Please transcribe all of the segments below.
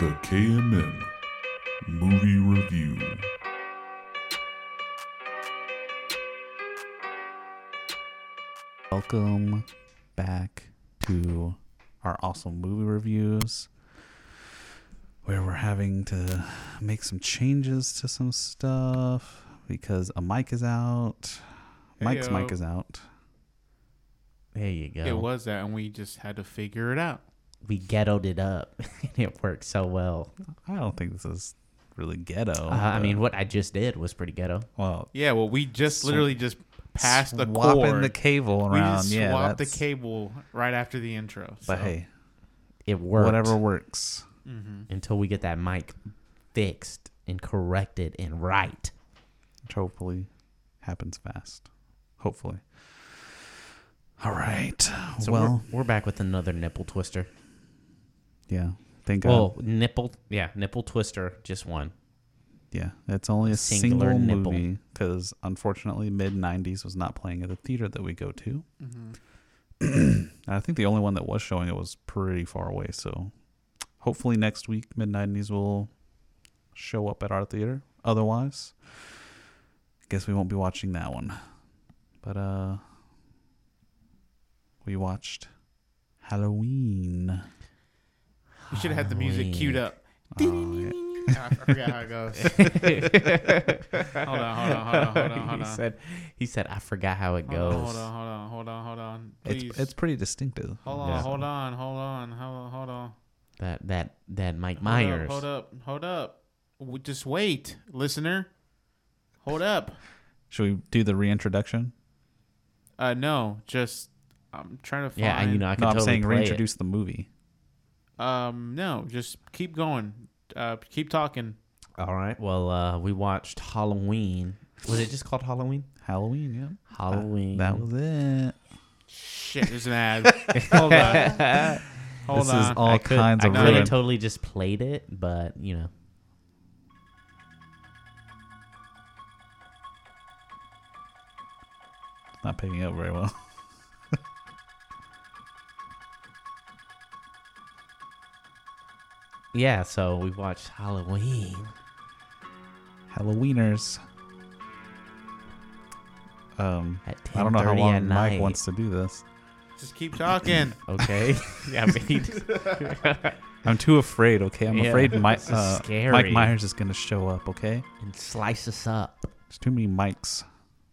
The KMM Movie Review. Welcome back to our awesome movie reviews where we're having to make some changes to some stuff because a mic is out. Mike's mic Heyo. is out. There you go. It was that, and we just had to figure it out. we ghettoed it up, and it worked so well. I don't think this is really ghetto. Uh, I but- mean, what I just did was pretty ghetto. well, Yeah, well, we just literally just passed the swapping cord. the cable we around. just yeah, swapped the that's- cable right after the intro. But so- Mm-hmm, hey, It worked. whatever works. Until we get that mic fixed and corrected and right. which hopefully happens fast. Hopefully. All right. So well, we're, we're back with another nipple twister. yeah. Thank Well, God. nipple, yeah, nipple twister, just one. Yeah. It's only a Singular single nipple. movie because unfortunately, mid 90s was not playing at the theater that we go to. mm-hmm. and I think the only one that was showing it was pretty far away. So hopefully next week, mid 90s will show up at our theater. Otherwise, guess we won't be watching that one. But, uh, we watched Halloween. You should have had the music queued up. Oh, yeah. I forgot how it goes. hold on, hold on, hold on, hold on, hold he on. said, "He said I forgot how it Hold on, goes." hold on, hold on, hold on, hold on. Please. It's, it's pretty distinctive. hold on, yeah. hold on, hold on, hold on, hold on. That that that Mike Hold up, Myers. Hold up, hold up. W- Just wait, listener. Hold up. Should we do the reintroduction? Uh, no, just I'm trying to find. Yeah, I- you know I can no, I'm totally saying play it. reintroduce the movie. Um, no, just keep going. Uh, keep talking. All right. Well, uh, we watched Halloween. Was it just called Halloween? Halloween, yeah. Halloween. That was it. Shit, there's an ad. Hold on. Hold this on. is all I could, kinds I of could ruin. have totally just played it, but you know. Not picking up very well. Yeah, so we watched Halloween. Halloweeners. Um, At I don't know how 10:30 long at Mike night. wants to do this. Just keep talking. Okay. yeah, I mean, I'm too afraid. Okay, I'm Yeah, afraid Mi- this is uh, Mike scary. Myers is gonna show up. Okay, and slice us up. there's too many mics.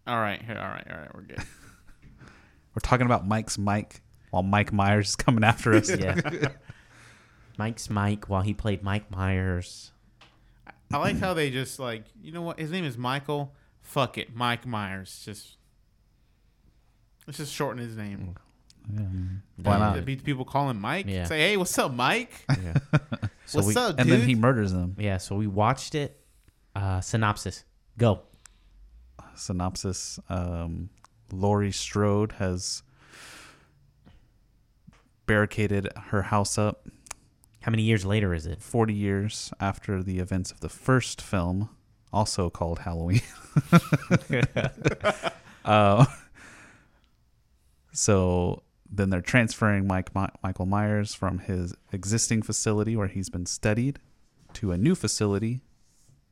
all right, here, all right, all right. We're good. We're talking about Mike's Mike while Mike Myers is coming after us. Yeah. Mike's Mike while he played Mike Myers. I like how they just like you know what his name is Michael. Fuck it, Mike Myers. Just let's just shorten his name. Mm, Why not? The pe- People call him Mike. Yeah. Say, hey, what's up, Mike? Yeah. So what's we, up, dude? And then he murders them. Yeah, so we watched it. Uh, synopsis. Go. synopsis. Um, Laurie Strode has barricaded her house up How many years later is it? 40 years after the events of the first film, also called Halloween. uh, so then they're transferring Mike Mi- Michael Myers from his existing facility where he's been studied to a new facility,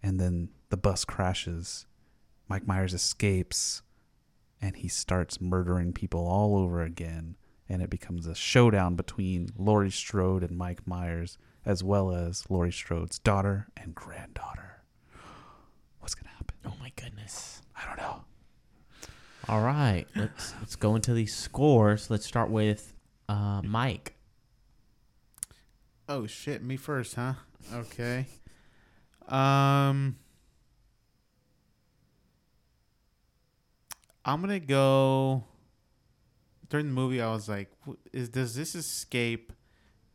and then the bus crashes. Mike Myers escapes, and he starts murdering people all over again. And it becomes a showdown between Laurie Strode and Mike Myers, as well as Laurie Strode's daughter and granddaughter. What's gonna happen? Oh my goodness. I don't know. All right, let's let's go into these scores. Let's start with uh, Mike. oh shit, me first, huh? Okay. Um, I'm gonna go. During the movie, I was like, "Wh- "Is does this escape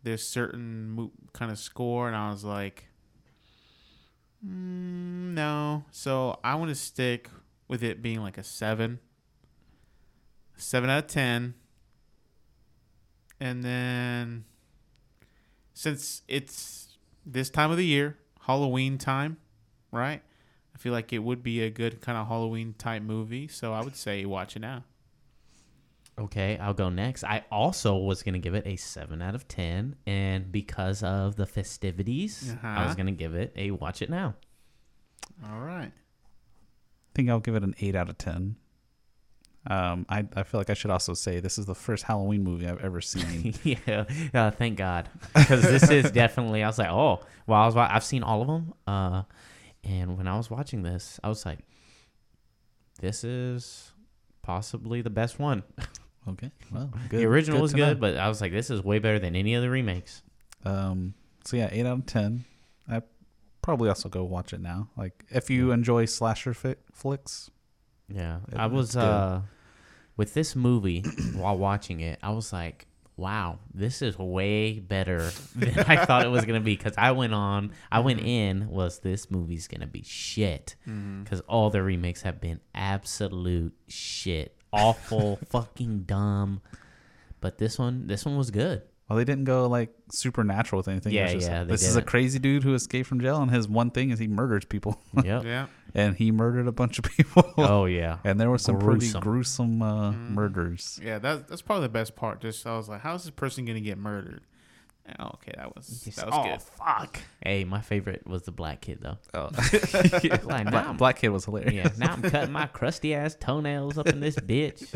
this certain mo- kind of score?" And I was like, mm, "No." So I want to stick with it being like a seven, seven out of ten, and then since it's this time of the year, Halloween time, right? I feel like it would be a good kind of Halloween type movie, so I would say watch it now. Okay, I'll go next. I also was gonna give it a seven out of ten, and because of the festivities, I Uh-huh. was gonna give it a watch it now. All right. think I'll give it an eight out of ten. Um, I I feel like I should also say this is the first Halloween movie I've ever seen. yeah, uh, thank God, because this is definitely. I was like, oh, well, I was. wa- I've seen all of them, uh, and when I was watching this, I was like, this is possibly the best one. okay, well, the original was to good, know. but I was like, this is way better than any of the remakes. Um, so yeah, eight out of ten. I probably also go watch it now. Like if you enjoy slasher fi- flicks, Yeah, It- I it's was good. uh, with this movie while watching it. I was like, "Wow, this is way better than I thought it was gonna be." Because I went on, I went in, was this movie's gonna be shit? Because all the remakes have been absolute shit, awful, fucking dumb. But this one, this one was good. well, they didn't go like supernatural with anything. It Yeah, was just, yeah, they This is a didn't. crazy dude who escaped from jail, and his one thing is he murders people, Yep. Yeah. and he murdered a bunch of people. Oh yeah. And there were some Gruesome. pretty gruesome uh, murders. Yeah, that, that's probably the best part. Just I was like, how's this person gonna get murdered? Oh, okay, that was Just- that was oh good. fuck! Hey, my favorite was the black kid though. Oh, Like, now I'm- Black, Black Kid was hilarious. Yeah, now I'm cutting my crusty ass toenails up in this bitch.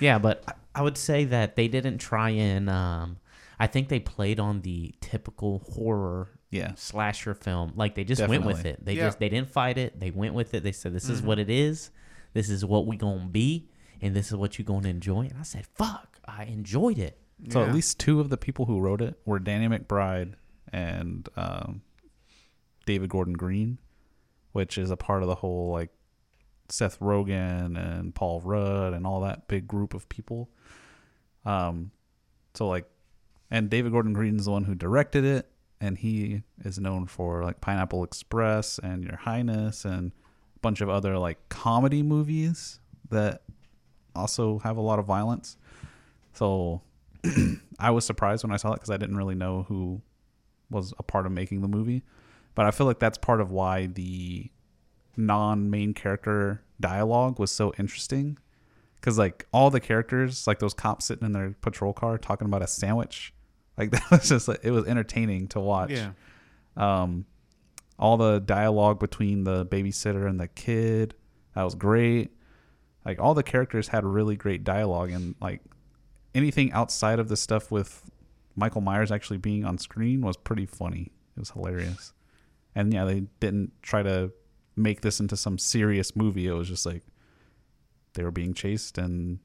Yeah, but I- I would say that they didn't try and. Um, I think they played on the typical horror Yeah. slasher film. Like they just went with Definitely. it. They Yeah. just they didn't fight it. They went with it. They said this is what it is. This is what we gonna be, and this is what you gonna enjoy. And I said, fuck, I enjoyed it. So Yeah. at least two of the people who wrote it were Danny McBride and um, David Gordon Green, which is a part of the whole like Seth Rogen and Paul Rudd and all that big group of people. Um, so like, and David Gordon Green's the one who directed it, and he is known for like Pineapple Express and Your Highness and a bunch of other like comedy movies that also have a lot of violence. So I was surprised when I saw it because I didn't really know who was a part of making the movie. But I feel like that's part of why the non main character dialogue was so interesting. Because, like, all the characters, like those cops sitting in their patrol car talking about a sandwich, like, that was just, like, it was entertaining to watch Yeah. um, all the dialogue between the babysitter and the kid that was great like all the characters had really great dialogue and like anything outside of the stuff with michael myers actually being on screen was pretty funny it was hilarious and yeah they didn't try to make this into some serious movie it was just like they were being chased and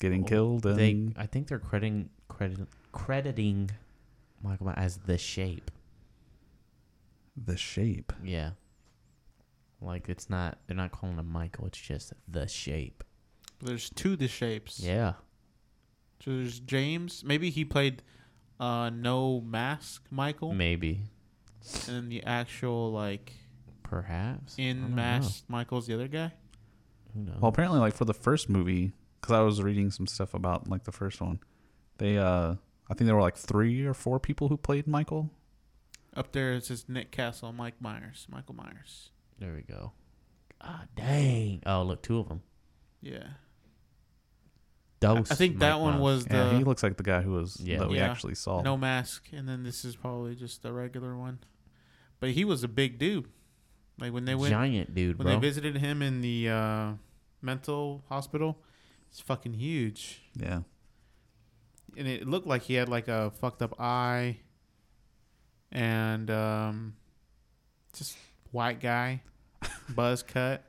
getting Well, killed and They, I think they're crediting credit, crediting Michael Myers as the shape. the shape Yeah. Like it's not they're not calling him Michael, it's just the shape. There's two the shapes. Yeah. So there's James. Maybe he played uh no mask Michael, Maybe. and then the actual like Perhaps. I don't in know. mask Michael's the other guy. Who knows? Well, apparently, like for the first movie, because I was reading some stuff about like the first one, they uh, I think there were like three or four people who played Michael. Up there it says Nick Castle, Mike Myers, Michael Myers. there we go. Ah dang. Oh look, two of them. Yeah. Dose. I think that Mike one Myers. was the yeah, he looks like the guy who was Yeah. that we Yeah. actually saw. no mask, and then this is probably just a regular one. But he was a big dude. Like when they went giant dude, when bro. they visited him in the uh, mental hospital, it's fucking huge, Yeah, and it looked like he had like a fucked up eye, and um, just white guy, buzz cut,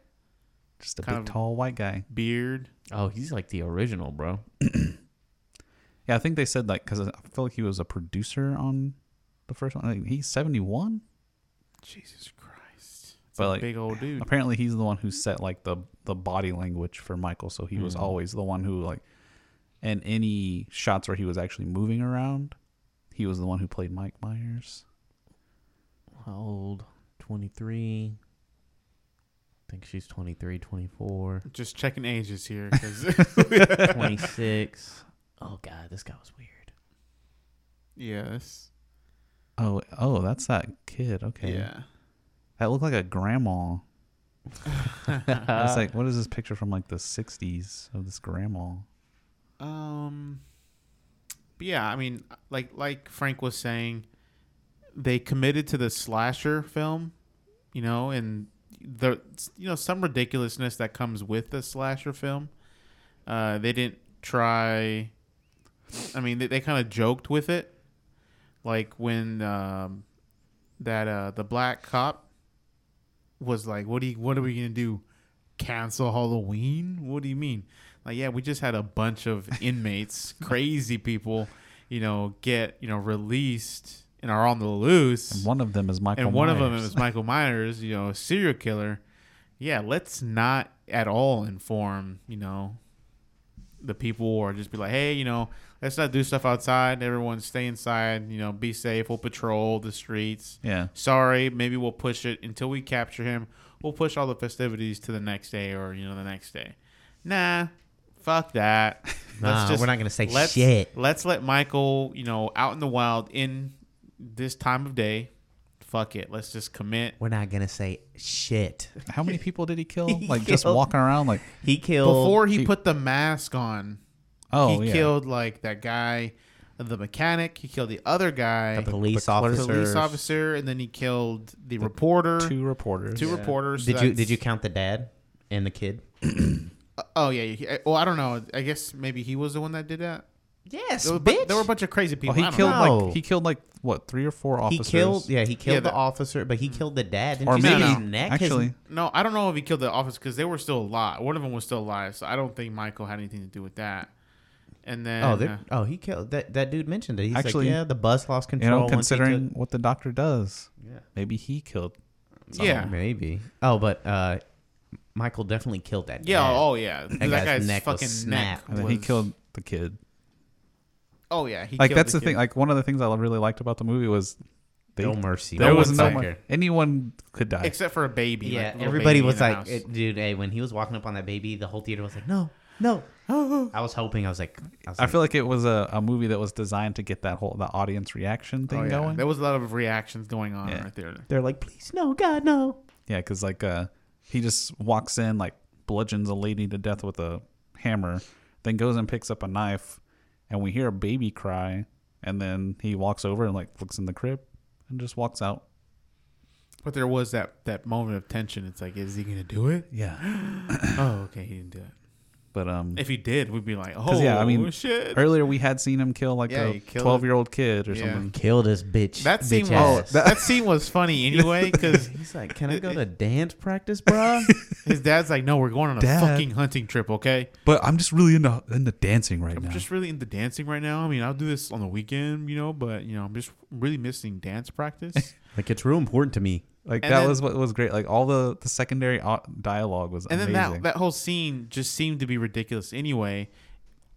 just a Kind big of- tall white guy. beard. oh, he's like the original, bro. Yeah, I think they said like because I feel like he was a producer on the first one. I think he's seventy one. Jesus Christ! It's But, a like, big old dude. Apparently, he's the one who set like the the body language for Michael. So he was Hmm. Mhm. always the one who like, and any shots where he was actually moving around, he was the one who played Mike Myers. How old? Twenty three. I think she's 23, 24, Just checking ages here, 'cause- 26. Oh god, this guy was weird. yeah, that's- Oh, oh, that's that kid. Okay. yeah. That looked like a grandma. I was like, what is this picture from like the 60s of this grandma? Um, but yeah, I mean, like like Frank was saying, they committed to the slasher film, you know, and the you know some ridiculousness that comes with the slasher film. Uh, they didn't try. I mean, they, they kind of joked with it, like when um, that uh, the black cop was like, "What do you, what are we gonna do? Cancel Halloween? What do you mean? Like, yeah, we just had a bunch of inmates, crazy people, you know, get you know released and are on the loose, And one of them is Michael. and one of them Myers. is Michael Myers, you know, serial killer. Yeah, let's not at all inform, you know, the people or just be like, hey, you know, let's not do stuff outside. Everyone stay inside, you know, be safe. We'll patrol the streets. Yeah. Sorry, maybe we'll push it until we capture him. We'll push all the festivities to the next day or, you know, the next day. Nah, fuck that. Nah, we're not gonna say let's, shit. Let's let Michael, you know, out in the wild in this time of day. Fuck it. Let's just commit. We're not gonna say shit. How many people did he kill? He Like just killed- walking around, like He killed Before he he- put the mask on, oh he yeah, killed like that guy, the mechanic. He killed the other guy, the the police the officer. clerk- police officers. officer, and then he killed the, reporter. Two, two reporters. reporters. so Did you did that's- you count the dad and the kid? Oh yeah. yeah, yeah. Well, I don't know. I guess maybe he was the one that did that. Yes, There were, a bu- there were a bunch of crazy people. Well, Oh, he I don't killed know. know. like he killed like what three or four he officers. killed. Yeah, he killed Yeah, the, the- Hmm. officer, but he killed the dad. Didn't or you see maybe his neck? His- actually No, I don't know if he killed the officer because they were still alive. One of them was still alive, so I don't think Michael had anything to do with that. And then, oh, uh, they're- oh, he killed that. That dude mentioned it. He's Actually, like, yeah, the bus lost you control. know once he considering took- what the doctor does, Yeah. maybe he killed. yeah, maybe. Oh, but uh, Michael definitely killed that. yeah, dad. oh yeah, that, guy's guy's neck was fucking neck. snapped. And then he was- killed the kid. Oh yeah, he Like killed that's the kid. thing. Like one of the things I really liked about the movie was they, no mercy. there No was one's no like one. here. Anyone could die. except for a baby. like, Yeah, little baby everybody in was the like, house. Oh, eh, dude, hey, when he was walking up on that baby, the whole theater was like, no, no. I was hoping. I was like, I, was I like, feel like it was a, a movie that was designed to get that whole the audience reaction thing Oh, yeah. going. There was a lot of reactions going on Yeah. right there. they're like, please, no, God, no. Yeah, because like uh, he just walks in, like bludgeons a lady to death with a hammer, then goes and picks up a knife, and we hear a baby cry, and then he walks over and like looks in the crib and just walks out. But there was that that moment of tension. It's like, is he gonna do it? Yeah, oh, okay, he didn't do it. but um, If he did, we'd be like, oh 'Cause, yeah, I mean, shit. earlier we had seen him kill like Yeah, a he killed- twelve year old kid or Yeah. something. Kill this bitch. That scene bitch Oh, was ass. that scene was funny anyway because He's like, can I go to dance practice, bro? His dad's like, no, we're going on a Dad. fucking hunting trip, okay? But I'm just really into into dancing right I'm now. just really into dancing right now. I mean, I'll do this on the weekend, you know, but, you know, I'm just really missing dance practice. like, it's real important to me. like and that then- was what was great. Like all the the secondary au- dialogue was and then amazing. that, that whole scene just seemed to be ridiculous anyway.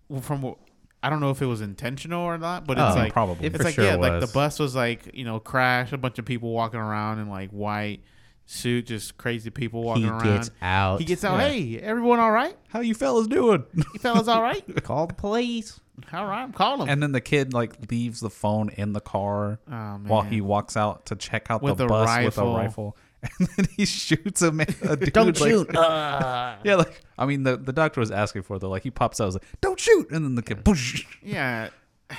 Well, From what I don't know if it was intentional or not, but it's Oh, like, probably. it- it's for like, sure yeah, like was. the bus was like, you know, crash, a bunch of people walking around in like white suit, just crazy people walking he around. gets out. He gets out. Yeah. Hey, everyone all right? How you fellas doing? You fellas all right? Call the police. all right, I'm calling him. and then the kid like leaves the phone in the car. oh, man. while he walks out to check out With the a bus rifle. with a rifle, and then he shoots a man. A dude, Don't like- shoot. uh, Yeah, like I mean, the, the doctor was asking for it though. Like he pops out, was like, "Don't shoot!" And then the kid, "Boosh." Yeah.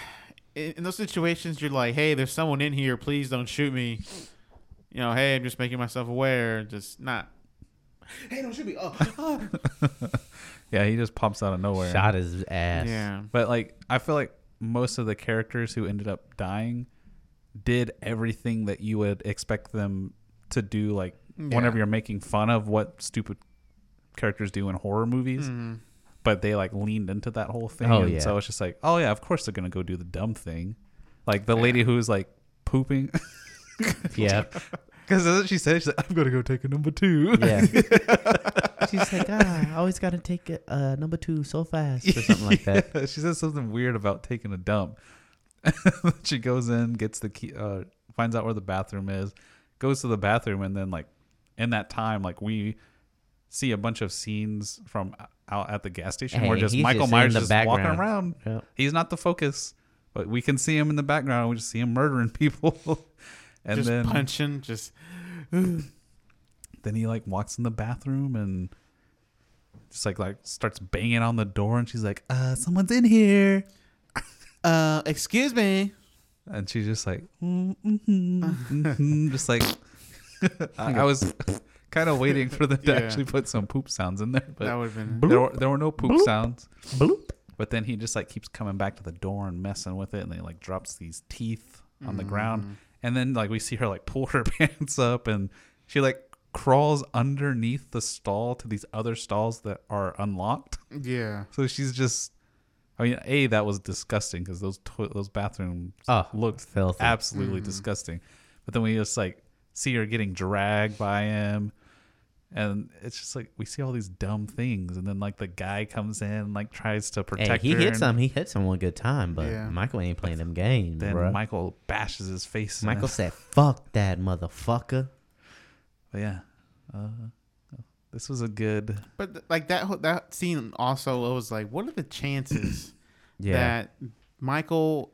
In, in those situations, you're like, hey, there's someone in here. Please don't shoot me. You know, hey, I'm just making myself aware. Just not. Hey, don't shoot me. Oh, oh. yeah, he just pops out of nowhere. Shot his ass. yeah. But like, I feel like most of the characters who ended up dying did everything that you would expect them to do. Like whenever Yeah. you're making fun of what stupid characters do in horror movies. Mhm. but they like leaned into that whole thing. Oh, and yeah. So it's just like, oh yeah, of course they're gonna go do the dumb thing, like the lady who's like pooping Yeah. because that's what she said. She's like, I'm gonna go take a number two. Yeah. She's like, ah, I always got to take a, uh, number two so fast or something like that. she says something weird about taking a dump. she goes in, gets the key, uh, finds out where the bathroom is, goes to the bathroom, and then like in that time, like we see a bunch of scenes from out at the gas station where Hey, just he's Michael just in Myers the just walking background. around. Yep. He's not the focus, but we can see him in the background. We just see him murdering people, and just then punching. Just then he like walks in the bathroom and Just like like starts banging on the door, and she's like, "Uh, someone's in here," Uh, excuse me. and she's just like, mm, mhm, Mm-hmm. mhm," just like. I, I was kind of waiting for them to Yeah. actually put some poop sounds in there, that but would have been. there were, there were no poop Bloop. sounds. Bloop. But then he just like keeps coming back to the door and messing with it, and then he like drops these teeth on the Mm-hmm. ground, and then like we see her like pull her pants up, and she like crawls underneath the stall to these other stalls that are unlocked. Yeah. So she's just, I mean, a that was disgusting because those to- those bathrooms Oh, looked filthy. absolutely disgusting. But then we just like see her getting dragged by him, and it's just like we see all these dumb things, and then like the guy comes in, like tries to Hey, protect he her. hits and him. He hits him one good time, but Yeah. Michael ain't playing them games, Then bro. Michael bashes his face. in Michael it. said, "Fuck that motherfucker." But yeah, uh, this was a good. But th- like that whole- that scene also, I was like, what are the chances that Michael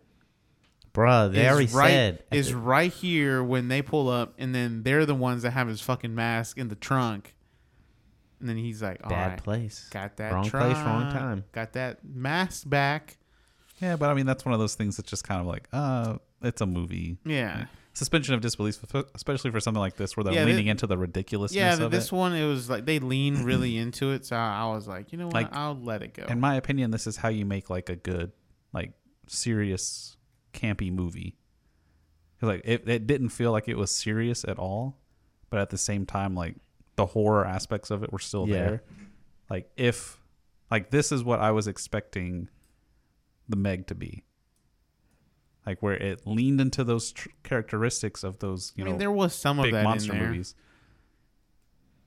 bro. They already is right said is right here when they pull up, and then they're the ones that have his fucking mask in the trunk, and then he's like, all right, bad place. got that Wrong trunk, place, wrong time. got that mask back. Yeah, but I mean that's one of those things that's just kind of like, uh, it's a movie. Yeah, suspension of disbelief, especially for something like this where they're Yeah, leaning thi- into the ridiculousness yeah. of This it. one, it was like they lean really into it, so I, I was like, you know what, Like- I'll let it go. In my opinion, this is how you make like a good, like serious, campy movie. 'Cause, Like it, it didn't feel like it was serious at all, but at the same time, like the horror aspects of it were still Yeah. there. Like if, like this is what I was expecting, the Meg to be. Like where it leaned into those tr- characteristics of those, you I mean, know, there was some of big that monster in there. movies.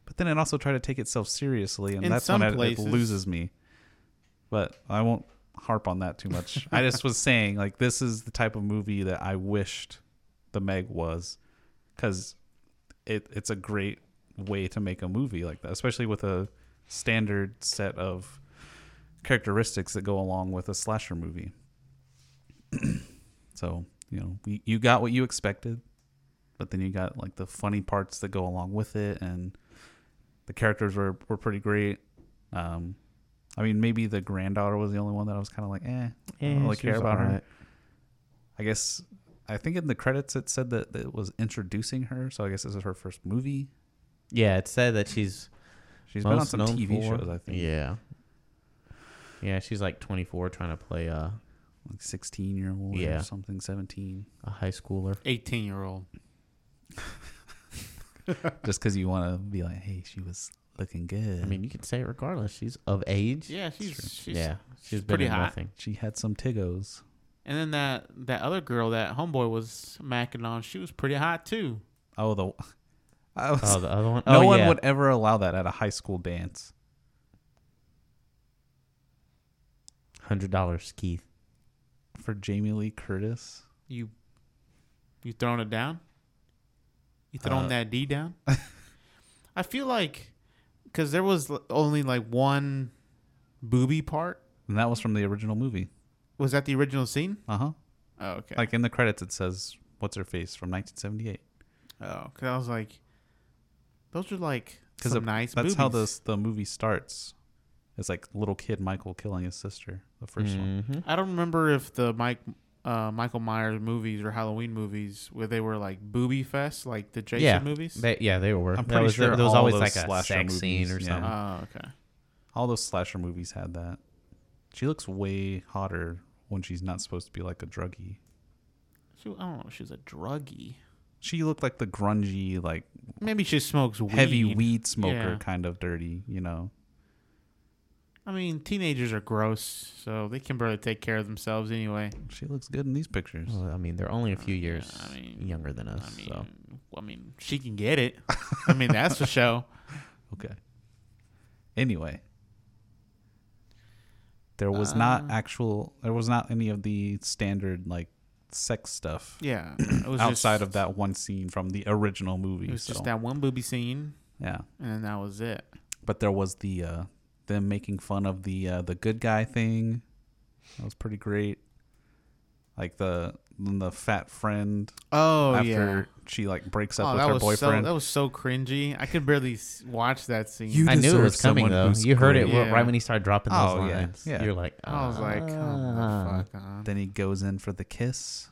But then it also tried to take itself seriously, and In that's some when it, it places. loses me. But I won't harp on that too much. I just was saying, like, this is the type of movie that I wished the Meg was, because it it's a great way to make a movie like that, especially with a standard set of characteristics that go along with a slasher movie. so you know, we, you got what you expected but then you got like the funny parts that go along with it and the characters were, were pretty great um i mean maybe the granddaughter was the only one that i was kind of like eh i Eh, don't really she care was about her alright. i guess i think in the credits it said that it was introducing her so i guess this is her first movie Yeah, it said that she's She's most been on some known tv for- shows i think Yeah, yeah, she's like 24, trying to play uh, like 16 year old Yeah. or something 17 a high schooler. Eighteen year old. just because you want to be like hey she was looking good I mean, you could say it regardless. She's of age. Yeah, she's, she's yeah, she's been pretty in hot. nothing. she had some tiggos And then that that other girl that homeboy was macking on, she was pretty hot too. oh the I was, Oh, the other one. no oh, one yeah. would ever allow that at a high school dance Hundred dollars, Keith. for Jamie Lee Curtis. You you throwing it down? You throwing Uh, that D down? I feel like because there was l- only like one booby part. And that was from the original movie. Was that the original scene? Uh huh. Oh, okay. Like in the credits, it says, What's her face from 1978? oh, because I was like, those are like Because some nice. That's how boobies. this, the movie starts. It's like little kid Michael killing his sister, the 1st one. Mhm. I don't remember if the Mike uh, Michael Myers movies or Halloween movies where they were like booby fest, like the Jason yeah, movies. They, yeah, they were. I'm That pretty was, sure there was all always those like a slasher sex scene or movies, yeah. something. oh, okay. All those slasher movies had that. She looks way hotter when she's not supposed to be like a druggie. She, I don't know. She's a druggie. She looked like the grungy, like Maybe she smokes weed. heavy weed smoker Yeah. kind of dirty, you know? I mean, teenagers are gross, so they can barely take care of themselves anyway. She looks good in these pictures. Well, I mean, they're only a few years uh, I mean- younger than us. I mean, so I mean, she can get it. I mean, that's for show. Okay. Anyway, there was Uh. not actual. There was not any of the standard like sex stuff Yeah, it was outside just, of that one scene from the original movie. It was so, just that one booby scene, Yeah, and then that was it. but there was the uh, them making fun of the uh, the good guy thing. That was pretty great. Like the the fat friend Oh after yeah. she like breaks up Oh, with that her was so boyfriend. that was so cringy. I could barely s- watch that scene. You- I knew it deserve was coming someone though. who's You heard great. it w- Yeah. right when he started dropping those Oh, yeah, lines. yeah. You're like, I was like, oh, "Ah." motherfucker. then he goes in for the kiss.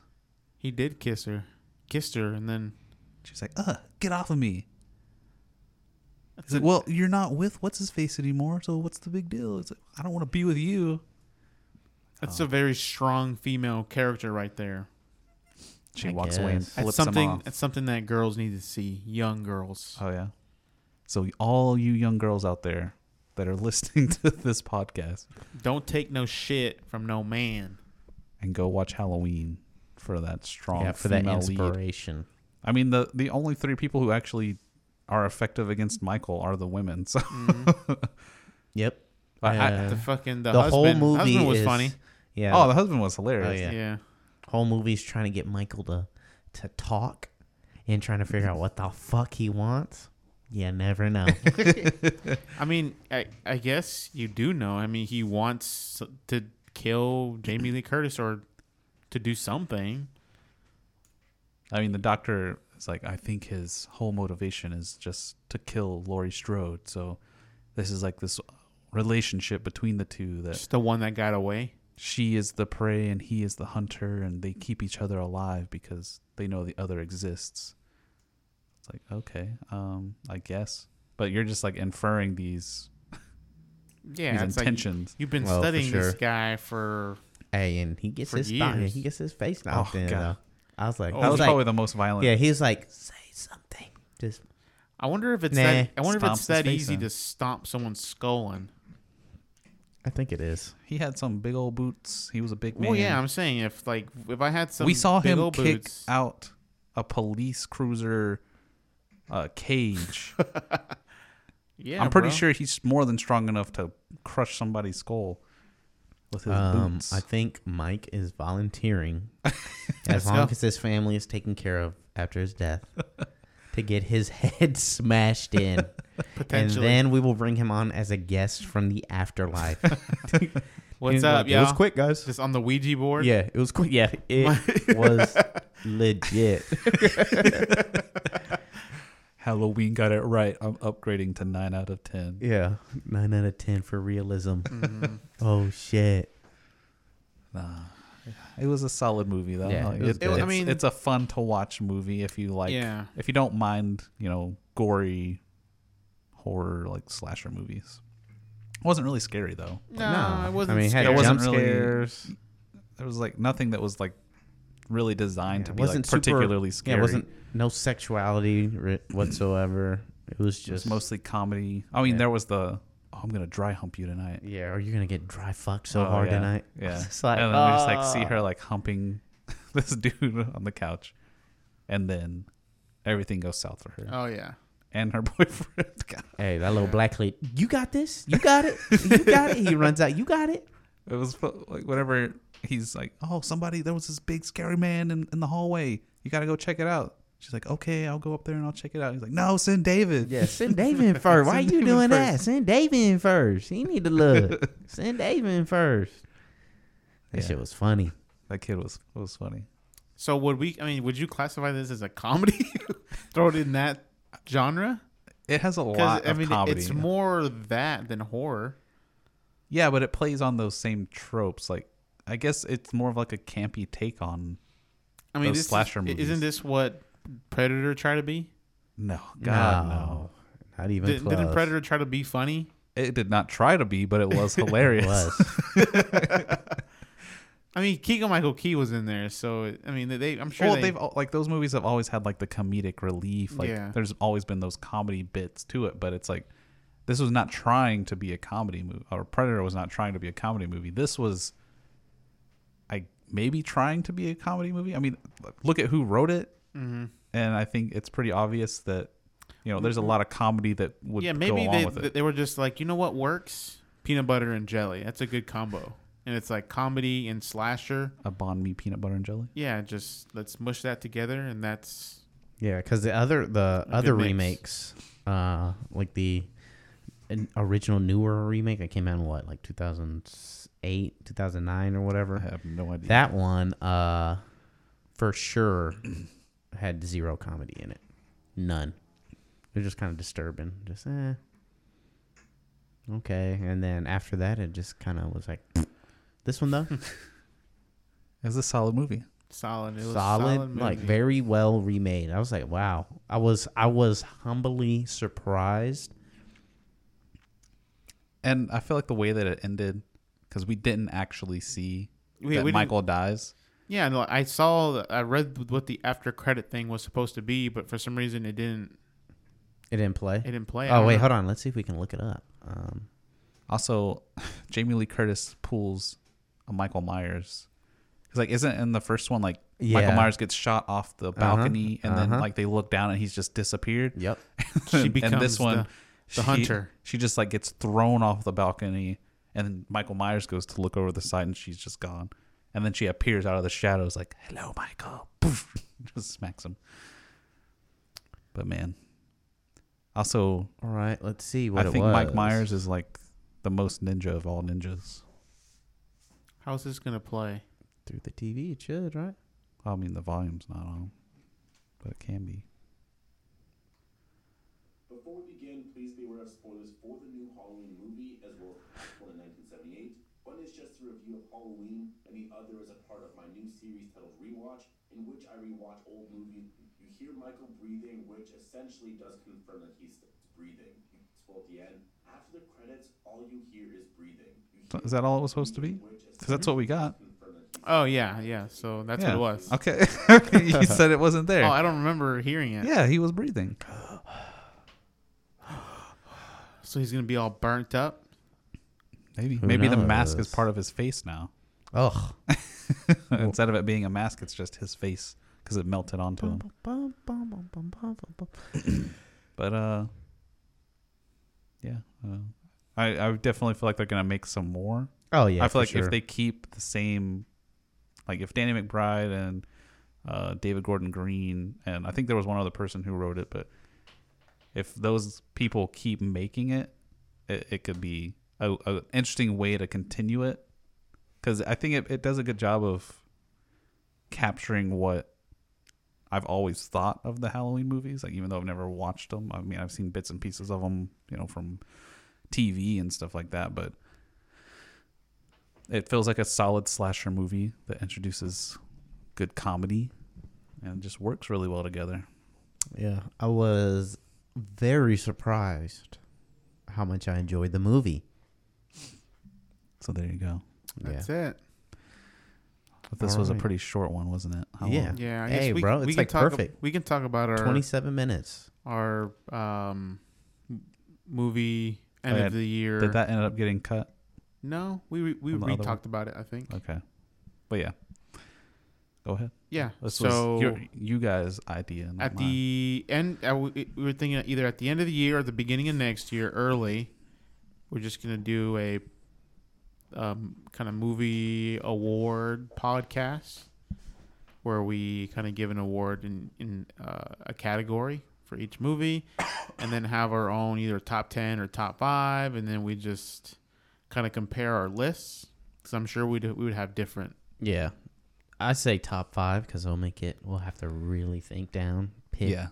he did kiss her, kissed her, and then She's like, "Uh, get off of me." He's like, it. "Well, you're not with what's his face anymore, so what's the big deal?" It's like, "I don't want to be with you." that's oh. a very strong female character right there. She I walks away and guess. flips That's him something. off. That's something that girls need to see. Young girls. Oh yeah. So all you young girls out there that are listening to this podcast, Don't take no shit from no man. and go watch Halloween for that strong yeah, for that female lead. inspiration. I mean, the the only three people who actually are effective against Michael are the women. So Yep. I- I- Uh, Mm-hmm. The fucking the, the husband, whole movie husband was is, funny. Yeah. oh, the husband was hilarious. yeah. yeah. whole movie's trying to get Michael to to talk and trying to figure out what the fuck he wants. You never know. I mean, I, I guess you do know. I mean, he wants to kill Jamie Lee Curtis or to do something. I mean, the doctor is like, I think his whole motivation is just to kill Laurie Strode. So this is like this relationship between the two that Just the one that got away. she is the prey and he is the hunter, and they keep each other alive because they know the other exists. It's like okay, um, I guess, but you're just like inferring these Yeah, these it's like you- intentions. you've been Well, for studying sure. this guy for. hey, and he gets For his thigh- years. Oh, he gets his face knocked Oh, in. God. though. I was like, That I that was was like probably the most violent. yeah, he was like, say something. Just I wonder if it's Nah, that. I wonder if stomps it's his that face easy in. to stomp someone's skull in. I think it is. He had some big old boots. He was a big man. Well, Oh, yeah, I'm saying if like if I had some. we saw big him old kick boots- out a police cruiser uh, cage. Yeah, I'm pretty bro. sure he's more than strong enough to crush somebody's skull with his Um, boots. I think Mike is volunteering as Let's long go. as his family is taken care of after his death to get his head smashed in. and Potentially. then we will bring him on as a guest from the afterlife. What's And, up, like, yeah? It was quick, guys. Just on the Ouija board. Yeah, it was quick. Yeah, it was legit. Halloween got it right. I'm upgrading to nine out of ten. Yeah, nine out of ten for realism. Mm-hmm. Oh shit! Nah. It was a solid movie though. Yeah, Like, it was good. it's, I mean- it's a fun to watch movie if you like Yeah. if you don't mind, you know, gory horror like slasher movies. It wasn't really scary though. No, No. it wasn't. I mean, it had scary. It wasn't jump really- scares. There was like nothing that was like really designed Yeah, to it be like super- particularly scary. Yeah, it wasn't no sexuality ri- whatsoever. It It was was just mostly comedy. I mean, Yeah. there was the oh, I'm gonna dry hump you tonight. Yeah, or you're gonna get dry fucked so Oh, hard yeah. tonight. Yeah. It's like, and then we just like see ah. her like humping this dude on the couch. And then everything goes south for her. Oh yeah. And her boyfriend. God, Hey, that little black lady. You got this. You got it. You got it. He runs out. You got it. it was fu- like whenever he's like, Oh, somebody there was this big scary man in, in the hallway. You gotta go check it out. She's like, Okay, I'll go up there and I'll check it out. He's like, No, send David. Yeah, send Dave in first. Why you doing that? Send Dave in first. He need to look. send Dave in first. That Yeah. shit was funny. That kid was was funny. So would we? I mean, would you classify this as a comedy? Throw it in that genre? It has a Because lot I of mean, comedy. it's more that than horror. Yeah, but it plays on those same tropes. Like, I guess it's more of like a campy take on. I mean, Those this is- slasher i- movies. Isn't this what Predator tried to be? No, God, no. Not even Did, close. didn't Predator try to be funny? It did not try to be, but it was hilarious. It was. I mean, Keegan Michael Key was in there, so it- I mean, they. I'm sure well, they. they've al- like those movies have always had like the comedic relief. Like, Yeah. there's always been those comedy bits to it, but it's like this was not trying to be a comedy movie, or Predator was not trying to be a comedy movie. This was, I maybe trying to be a comedy movie. I mean, look at who wrote it. Mhm. and I think it's pretty obvious that you know there's a lot of comedy that would Mm-hmm. Yeah, go maybe along they with it. they were just like, you know what works? Peanut butter and jelly. That's a good combo, and it's like comedy and slasher. a banh mi peanut butter and jelly. Yeah, just let's mush that together, and that's yeah, because the other the good other mix. remakes, uh, like the an original newer remake that came out in what, like two thousand eight, two thousand nine, or I whatever. have no idea. That one, uh, for sure had zero comedy in it. None. It was just kind of disturbing. Just eh. Okay, and then after that, it just kind of was like, this one though, It was a solid movie. Solid. It was a solid, solid, movie. like very well remade. I was like, wow. I was I was humbly surprised. And I feel like the way that it ended, because we didn't actually see We- that we didn't- Michael dies. Yeah, and like, I saw, the- I read what the after credit thing was supposed to be, but for some reason it didn't. It didn't play. It didn't play. I oh don't wait, know. hold on. Let's see if we can look it up. Um, Also, Jamie Lee Curtis pulls a Michael Myers. Because like, isn't in the first one like Michael Yeah. Myers gets shot off the balcony and then like they look down and he's just disappeared. yep. She and, and becomes this one, the- the hunter. She just like gets thrown off the balcony, and then Michael Myers goes to look over the side, and she's just gone. And then she appears out of the shadows, like "Hello, Michael," Poof, just smacks him. But man, also All right. Let's see what I it think was. Mike Myers is like the most ninja of all ninjas. How's this gonna play? through the TV. It should right. I mean, the volume's not on, but it can be. Before we begin, please be aware of spoilers for the new Halloween movie as well as one in 1978. One is just a review of Halloween, and the other is a part of my new series titled Rewatch, in which I rewatch old movies. You hear Michael breathing, which essentially does confirm that he's breathing. You scroll at the end. After the credits, all you hear is breathing. You So hear Is that all it was supposed to be? Because that's what we got. confirm that he's Oh yeah, yeah. So that's yeah. what it was. Okay. you said it wasn't there. Oh, I don't remember hearing it. yeah, he was breathing. So he's gonna be all burnt up. Maybe. Maybe the mask is knows? part of his face now. Ugh. Instead of it being a mask, it's just his face because it melted onto him. But uh, yeah, uh, I I definitely feel like they're gonna make some more. Oh yeah. I feel for like sure. if they keep the same, like if Danny McBride and uh, David Gordon Green and I think there was one other person who wrote it, but if those people keep making it, it, it could be a, a interesting way to continue it because I think it, it does a good job of capturing what I've always thought of the Halloween movies. Like even though I've never watched them, I mean I've seen bits and pieces of them, you know, from TV and stuff like that, but it feels like a solid slasher movie that introduces good comedy and just works really well together. yeah, I was very surprised how much I enjoyed the movie. So there you go. That's yeah. it. But this was a Alright. pretty short one, wasn't it? How Yeah. long? Yeah. I Hey, guess we, bro, we it's can like talk ab- perfect. we can talk about our Twenty-seven minutes. our um m- movie Oh, end yeah. of the year. Did that end up getting cut? No, we re- we On the re other talked about it. I think. Okay. But yeah. Go ahead. Yeah. This so was your, you guys' idea. Not at mine. the end, I w- it- we were thinking either at the end of the year or the beginning of next year, early. We're just gonna do a um, kind of movie award podcast where we kind of give an award in in uh, a category for each movie, and then have our own either top ten or top five, and then we just kind of compare our lists. Because I'm sure we'd we would have different. Yeah. I say top five because we'll make it. We'll have to really think down. Pick. Yeah.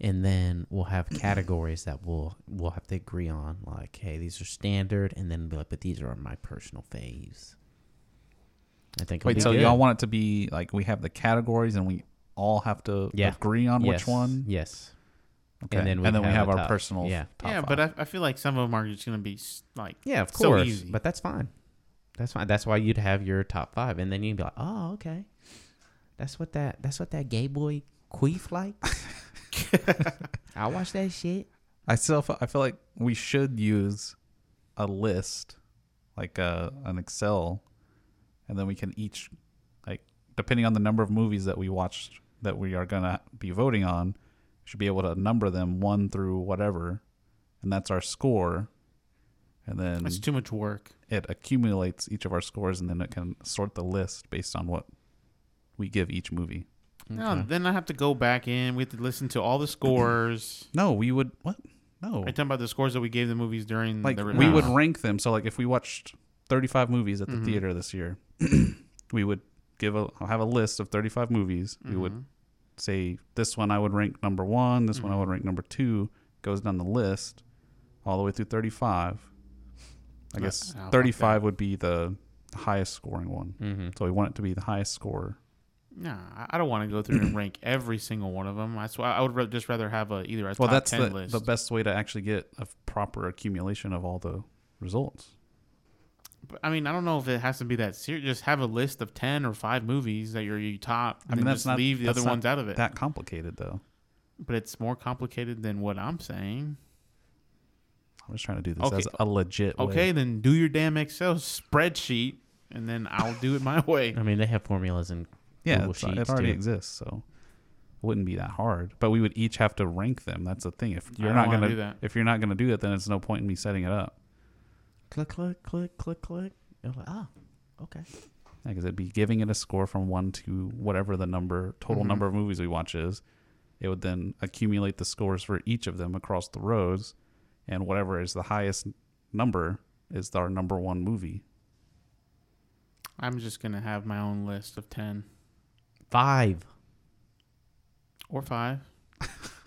And then we'll have categories that we'll we'll have to agree on. Like, hey, these are standard, and then be like, but these are my personal faves. I think. it'll Wait, be so good. y'all want it to be like we have the categories and we all have to Yeah. agree on yes. which one? Yes. Okay. And then we we have have a our top- personal yeah. top yeah, five. but I, I feel like some of them are just gonna be s- like Yeah, of So course. easy. But that's fine. That's fine. That's why you'd have your top five, and then you'd be like, oh, okay. That's what that. That's what that gay boy queef like. I watch that shit. I still feel, I feel like we should use a list, like uh an Excel, and then we can each, like, depending on the number of movies that we watched that we are gonna be voting on, should be able to number them one through whatever, and that's our score, and then That's too much work. it accumulates each of our scores, and then it can sort the list based on what we give each movie. No, then I have to go back in. We have to listen to all the scores. No, we would what? No, Are you talking about the scores that we gave the movies during like the we would release? Mm-hmm. rank them so like if we watched 35 movies at the theater this year we would give a I'll have a list of 35 movies. We Mm-hmm. would say this one I would rank number 1, this Mm-hmm. one I would rank number 2, goes down the list all the way through 35. I Yeah, guess I like that. 35 would be the highest scoring one. Mm-hmm. So we want it to be the highest score. No, I- I don't want to go through and rank every single one of them. That's why I would ra- just rather have a either a Well, top that's ten the, list. the best way to actually get a f- proper accumulation of all the results. But, I mean, I don't know if it has to be that serious. Just have a list of ten or five movies that you're you top. I mean, that's just not leave the that's other not ones out of it. That complicated though. but it's more complicated than what I'm saying. I'm just trying to do this Okay. as a legit way. Okay, then do your damn Excel spreadsheet, and then I'll do it my way. I mean, they have formulas and Yeah, Google it's, uh, it Sheets, already dude. exists, so wouldn't be that hard. But we would each have to rank them. That's the thing. If you're don't not wanna gonna do that. if you're not gonna do it, then it's no point in me setting it up. click, click, click, click, click. You're like, ah, okay. Because it'd be giving it a score from one to whatever the number total Mm-hmm. number of movies we watch is. It would then accumulate the scores for each of them across the rows, and whatever is the highest number is our number one movie. I'm just gonna have my own list of ten Five. or five,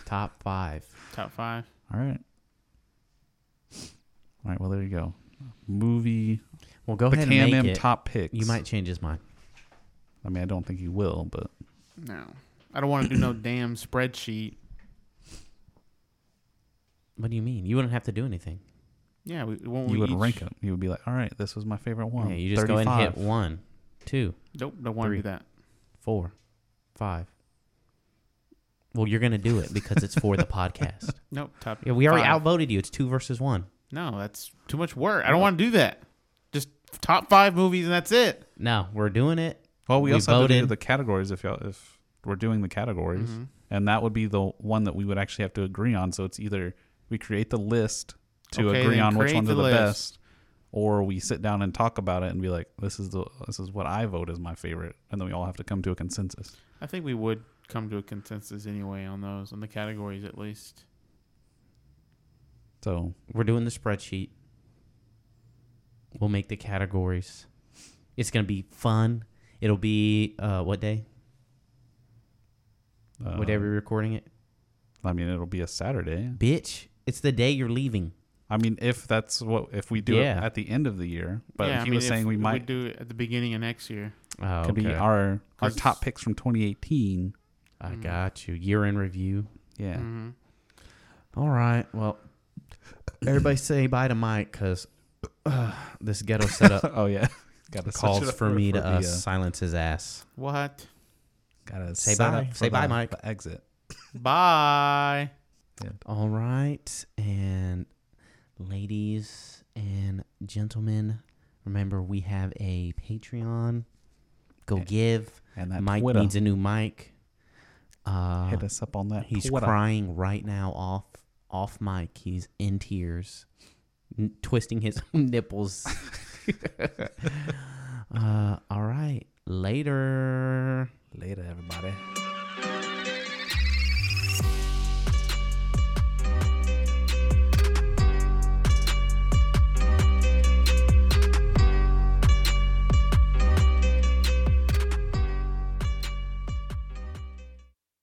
Top five. top five. All right. All right. Well, there you go. Movie Well, go the ahead and make KMM it. top picks. You might change his mind. I mean, I don't think you will, but No, I don't want to do no damn spreadsheet. What do you mean? You wouldn't have to do anything. Yeah, we won't. you we would each, rank them. You would be like, all right, this was my favorite one. yeah, you just go and hit 35." one, two, Nope, don't want to Three. do that. four, five. Well, you're gonna do it because it's for the podcast. Nope, top. Yeah, we already five. outvoted you. It's two versus one. No, that's too much work. I don't want to do that. Just top five movies and that's it. No, we're doing it. Well, we, We also have to do voted. the categories if y'all, if we're doing the categories, Mm-hmm. and that would be the one that we would actually have to agree on. So it's either we create the list to Okay, agree then on which create ones the are the list. best, or we sit down and talk about it and be like, this is the this is what I vote as my favorite, and then we all have to come to a consensus. I think we would come to a consensus anyway on those, on the categories at least. So We're doing the spreadsheet. We'll make the categories. It's gonna be fun. It'll be uh, what day? uh, what day we recording it? I mean, it'll be a Saturday. Bitch, it's the day you're leaving. I mean, if that's what if we do Yeah. it at the end of the year, but Yeah, I he mean, was if saying we might do it at the beginning of next year. Oh, could be our our 'Cause- top picks from 2018. I Mm. got you. Year in review. Yeah. hmm All right. Well, everybody say bye to Mike because this ghetto setup Oh yeah. Got to calls for me to uh, silence his ass. What? Gotta Say set bye. up for Say bye, the- Mike. the exit. Bye. All right. And ladies and gentlemen, remember we have a Patreon. Go Yeah. give. And that Mike Twitter. needs a new mic. Uh, hit us up on that. He's Twitter. crying right now off off mic. He's in tears, n- twisting his nipples. uh, all right, later. Later, everybody.